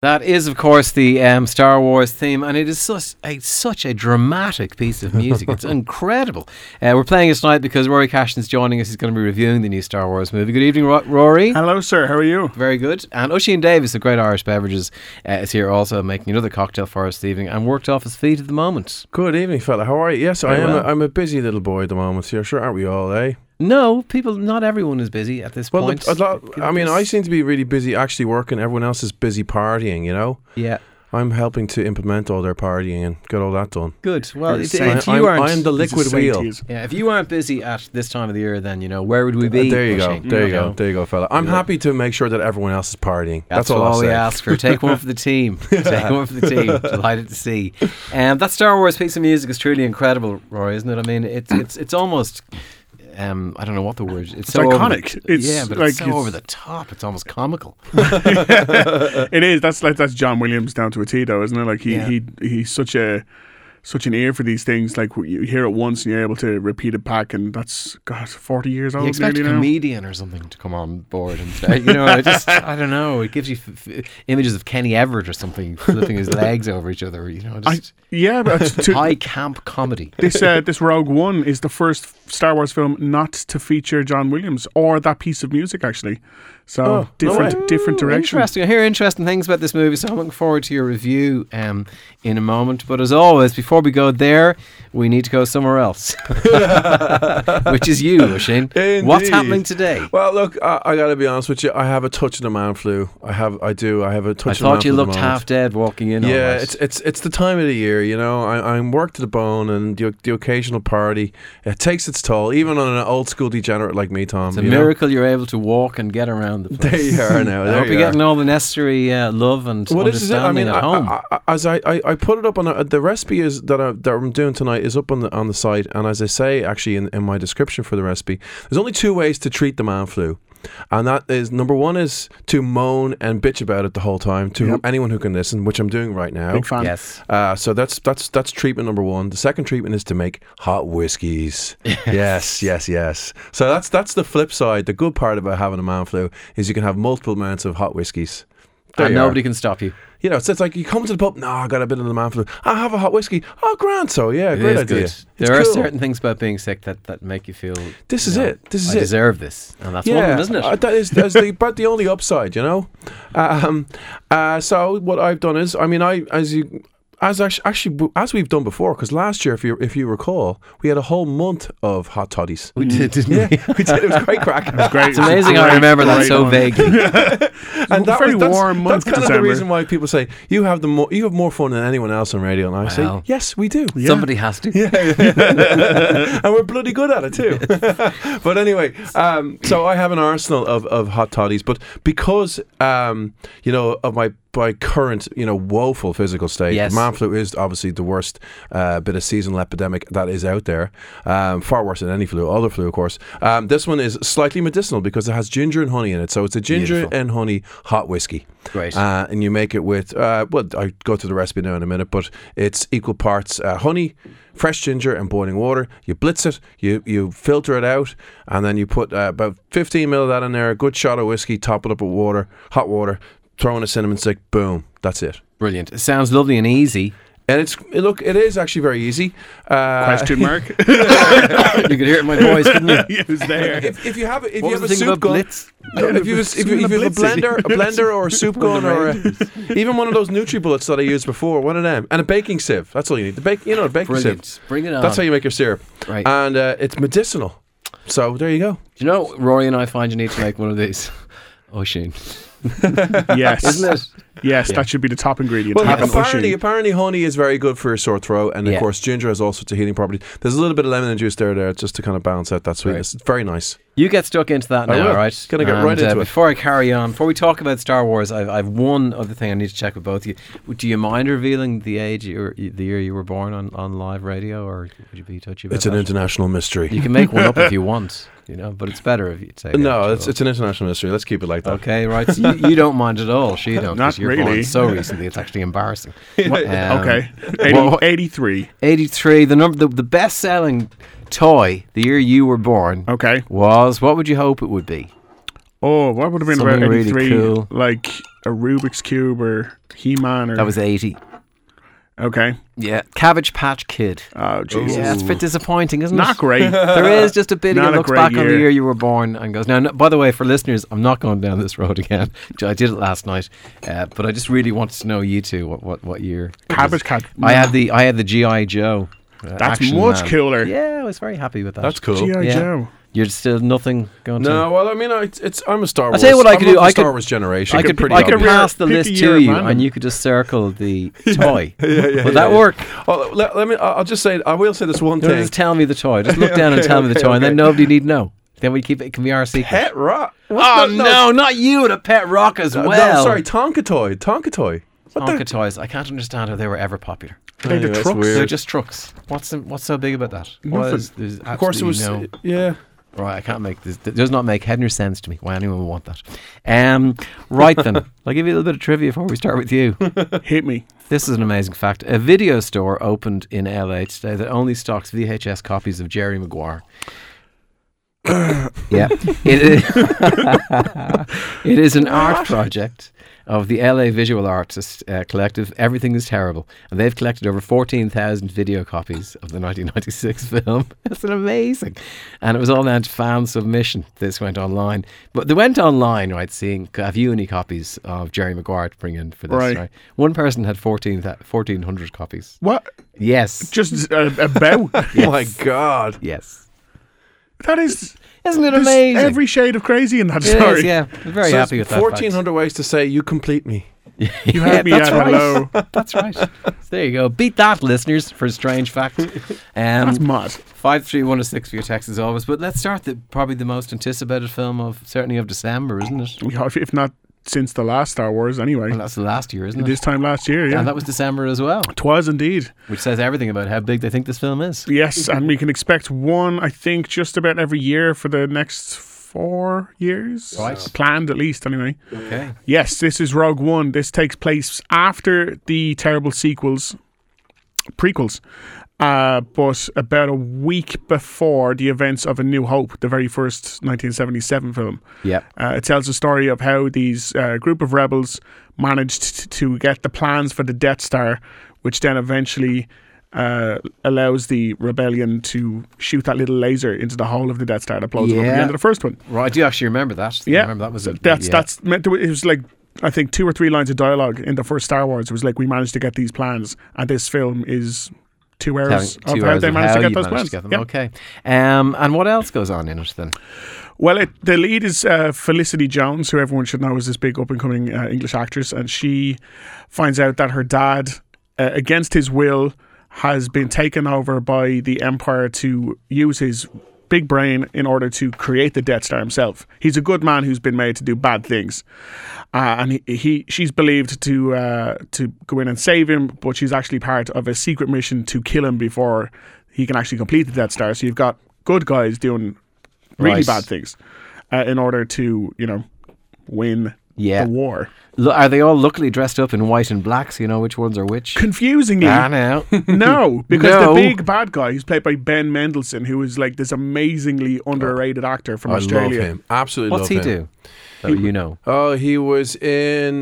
That is, of course, the um, Star Wars theme, and it is such a, such a dramatic piece of music. It's incredible. Uh, we're playing it tonight because Rory Cashin's joining us. He's going to be reviewing the new Star Wars movie. Good evening, Ro- Rory. Hello, sir. How are you? Very good. And Oisin Davis of Great Irish Beverages uh, is here also making another cocktail for us this evening and worked off his feet at the moment. Good evening, fella. How are you? Yes, I Very am. well. A, I'm a busy little boy at the moment. So sure, aren't we all, eh? No, people, not everyone is busy at this Well, point. the, a lot, People I mean, just- I seem to be really busy actually working. Everyone else is busy partying. You know, Yeah, I'm helping to implement all their partying and get all that done. good. Well, You're if, saying- if you I'm, aren't, I'm the This is liquid Saint wheel. Tees. yeah, if you aren't busy at this time of the year, then you know where would we be? Uh, there you go. Oisin? There you know? go. There you go, fella. I'm happy to make sure that everyone else is partying. That's, all, I'll we say. ask for. Take one for the team. Take one for the team. Delighted to see. And um, that Star Wars piece of music is truly incredible, Rory, isn't it? I mean, it's it's it's almost. Um, I don't know what the word. It's, so over iconic. the- It's yeah, but like it's so it's- over the top. It's almost comical. It is. That's like that's John Williams down to a T, though, isn't it? Like he Yeah. he he's such a such an ear for these things. Like wh- you hear it once and you're able to repeat it back, and that's God, forty years You old expect a nearly now. comedian or something to come on board and say, you know, I just I don't know. It gives you f- f- images of Kenny Everett or something flipping his legs over each other. You know, I, just yeah, but it's to- high camp comedy. this uh, this Rogue One is the first Star Wars film not to feature John Williams or that piece of music actually. So Oh, no different way. different direction. Interesting. I hear interesting things about this movie, so I'm looking forward to your review um, in a moment. But as always, before we go there, we need to go somewhere else, which is you, Shane. What's Indeed. happening today? Well, look, I, I got to be honest with you. I have a touch of the man flu. I have, I do. I have a I touch. of thought the you man flu at the looked moment. half dead walking in. Yeah, on us. it's it's it's the time of the year, you know. I, I'm worked to the bone, and the, the occasional party it takes its toll, even on an old school degenerate like me, Tom. It's a you know? miracle you're able to walk and get around the place. There you are now. I there hope you you're are. getting all the necessary uh, love and Well, this is it. I understanding mean, I- at home. I- I- as I, I, I put it up on a, the recipe is that I, that I'm doing tonight is up on the on the site, and as I say actually in, in my description for the recipe, there's only two ways to treat the man flu, and that is number one is to moan and bitch about it the whole time to Yep. anyone who can listen, which I'm doing right now. Big fan. yes. Uh, so that's that's that's treatment number one. The second treatment is to make hot whiskies. yes, yes, yes. So that's that's the flip side. The good part about having a man flu is you can have multiple amounts of hot whiskies. There And you are. nobody can stop you. you know, so it's like you come to the pub. No, I got a bit of the man flu. I have a hot whiskey. Oh, grand. So yeah, It great is idea. good. It's There are cool. certain things about being sick that, that make you feel. This you is know, it. This is I it. deserve this, and that's one of them, isn't it? uh, that is that's the, about the only upside, you know. Um, uh, so what I've done is, I mean, I as you as actu- actually w- as we've done before, because last year, if you if you recall, we had a whole month of hot toddies. We did, didn't Yeah, we? we did. It was quite crack. Great. It's amazing I remember that so vague. vaguely. and that Very was, that's, warm month, That's kind of December. the reason why people say you have the more, you have more fun than anyone else on radio, and I Wow. say yes, we do. Somebody has to. Yeah, yeah. and we're bloody good at it too. but anyway, um, so I have an arsenal of, of hot toddies, but because um, you know of my my current you know woeful physical state, Yes. the man flu is obviously the worst uh, bit of seasonal epidemic that is out there, um, far worse than any flu, other flu of course. Um, this one is slightly medicinal because it has ginger and honey in it, so it's a ginger Beautiful. and honey hot whiskey. Great. Uh, and you make it with, uh, well, I go to the recipe now in a minute, but it's equal parts uh, honey, fresh ginger, and boiling water. You blitz it, you you filter it out, and then you put uh, about 15 mil of that in there, a good shot of whiskey, top it up with water, hot water, throw in a cinnamon stick, boom, that's it. Brilliant. It sounds lovely and easy. And it's look, it is actually very easy. Uh, Question mark. you could hear it in my voice, couldn't you? He was there. If, if you have if What you was have the a thing soup about gun, Blitz? Yeah, if you if you, if you have a Blitzing. blender, a blender or a soup gun or a, even one of those NutriBullets that I used before, one of them, and a baking sieve. That's all you need. The bake, you know, the baking sieve. Brilliant. Bring it on. That's how you make your syrup, Right. and uh, it's medicinal. So there you go. Do you know, Rory and I find you need to make one of these. Oh, Shane. Yes. Isn't it? Yes, that should be the top ingredient. Well, Have an apparently, Ushin. apparently, honey is very good for your sore throat, and Yeah. of course, ginger has all sorts of healing properties. There's a little bit of lemon juice there, there, just to kind of balance out that sweetness. It's very nice. You get stuck into that I now, will. right? Gonna get And, uh, right into it. Before I carry on, before we talk about Star Wars, I've, I've one other thing I need to check with both of you. Would- Do you mind revealing the age, you were, the year you were born on, on live radio, or would you be touchy about It's an that? international mystery. You can make one up if you want, you know, but it's better if you take. no, actual- it's, it's an international mystery. Let's keep it like that. Okay, right. So you, you don't mind at all. She don't. 'cause Not you're born really. so recently, it's actually embarrassing. Um, Okay. 80, Well, 83. Eighty-three. The number, the, the best-selling toy the year you were born Okay. was. What would you hope it would be? Oh, what would have been Something about really 83? cool. Like a Rubik's Cube or He Man or. That was 80. Okay. Yeah. Cabbage Patch Kid. Oh, Jesus. Yeah, it's a bit disappointing, isn't Not it? great. There is just a bit of Not you a looks great back on the year. year you were born and goes, now, no, by the way, for listeners, I'm not going down this road again. I did it last night, uh, but I just really wanted to know you two what, what, what year. it Cabbage was. Cat. I had the I had the GI Joe. uh, That's Action much Man. cooler. Yeah, I was very happy with that. That's cool. G.I. Yeah. Joe. You're still nothing going to. No, well, I mean, I, it's I'm a Star Wars. tell you what I I'm could of do, the I Star could- Wars generation. I could, pretty I could obvious. pick a pass the year list at to you, random. and you could just circle the toy. Would that work? Oh, let, let me. I'll I'll just say. I will say this one No, thing. just tell me the toy. Just look down and Okay, tell me the okay, toy, and then okay. nobody need know. Then we keep it. It can be our secret. Pet rock. Oh no, not you and a pet rock as well. no, sorry, Tonka toy. Tonka toy. What Tonka toys. I can't understand how they were ever popular. They the Anyway, that's trucks. weird. They're just trucks. What's the- what's so big about that? Nothing. Was- there's Of course, it was. absolutely no- Yeah. right. I can't make this. It does not make head nor sense to me. Why anyone would want that? Um, right then, I'll give you a little bit of trivia before we start with you. Hit me. This is an amazing fact. A video store opened in LA today that only stocks VHS copies of Jerry Maguire. yeah. It is, it is an art project of the LA Visual Artists uh, Collective. Everything is terrible. And they've collected over 14,000 video copies of the 1996 film. That's an amazing. And it was all down to fan submission. This went online. But they went online, right, seeing, have you any copies of Jerry Maguire to bring in for this, Right. right? One person had 14, tha- 1,400 copies. What? Yes. Just a, a bow. Oh My God. Yes. that is. Isn't it there's amazing? Every shade of crazy in that It is, story. yeah. I'm very So it's happy with that. fact. 1400 ways to say you complete me. You had me that's at right. hello. That's right. So there you go. Beat that, listeners, for a strange fact. That's Um, mad. 53106 for your text as always. But let's start the probably the most anticipated film of certainly of December, isn't it? We have- If not since the last Star Wars, anyway. And that's the last year, isn't it? This time last year, yeah. And that was December as well, Twas indeed. which says everything about how big they think this film is. Yes, and we can expect one, I think, just about every year for the next four years. Uh, Right. Planned, at least, anyway. Okay. Yes, this is Rogue One. This takes place after the terrible sequels, prequels, uh, but about a week before the events of A New Hope, the very first 1977 film. Yep. Uh, it tells the story of how these uh, group of rebels managed t- to get the plans for the Death Star, which then eventually uh, allows the rebellion to shoot that little laser into the hole of the Death Star that blows up at Yeah. the end of the first one. Right. I do actually remember that. I Yeah. remember that was a, That's yeah. that's meant to, it was like I think two or three lines of dialogue in the first Star Wars. It was like we managed to get these plans, and this film is two hours Telling two of how hours they of managed to how get you those managed plans. to get them. Yeah. Okay. Um, and what else goes on in it then? Well, it, the lead is uh, Felicity Jones, who everyone should know is this big up and coming uh, English actress, and she finds out that her dad, uh, against his will, has been taken over by the Empire to use his big brain in order to create the Death Star himself. He's a good man who's been made to do bad things, uh, and he, he she's believed to uh, to go in and save him, but she's actually part of a secret mission to kill him before he can actually complete the Death Star. So you've got good guys doing really Right. bad things uh, in order to you know win Yeah. the war. Lo- are they all luckily dressed up in white and black so you know which ones are which? Confusingly, I know. no, because Ah, No. the big bad guy who's played by Ben Mendelsohn, who is like this amazingly underrated actor from I love Australia. him. Absolutely What's he love do? him. Oh, you know. Oh, he was in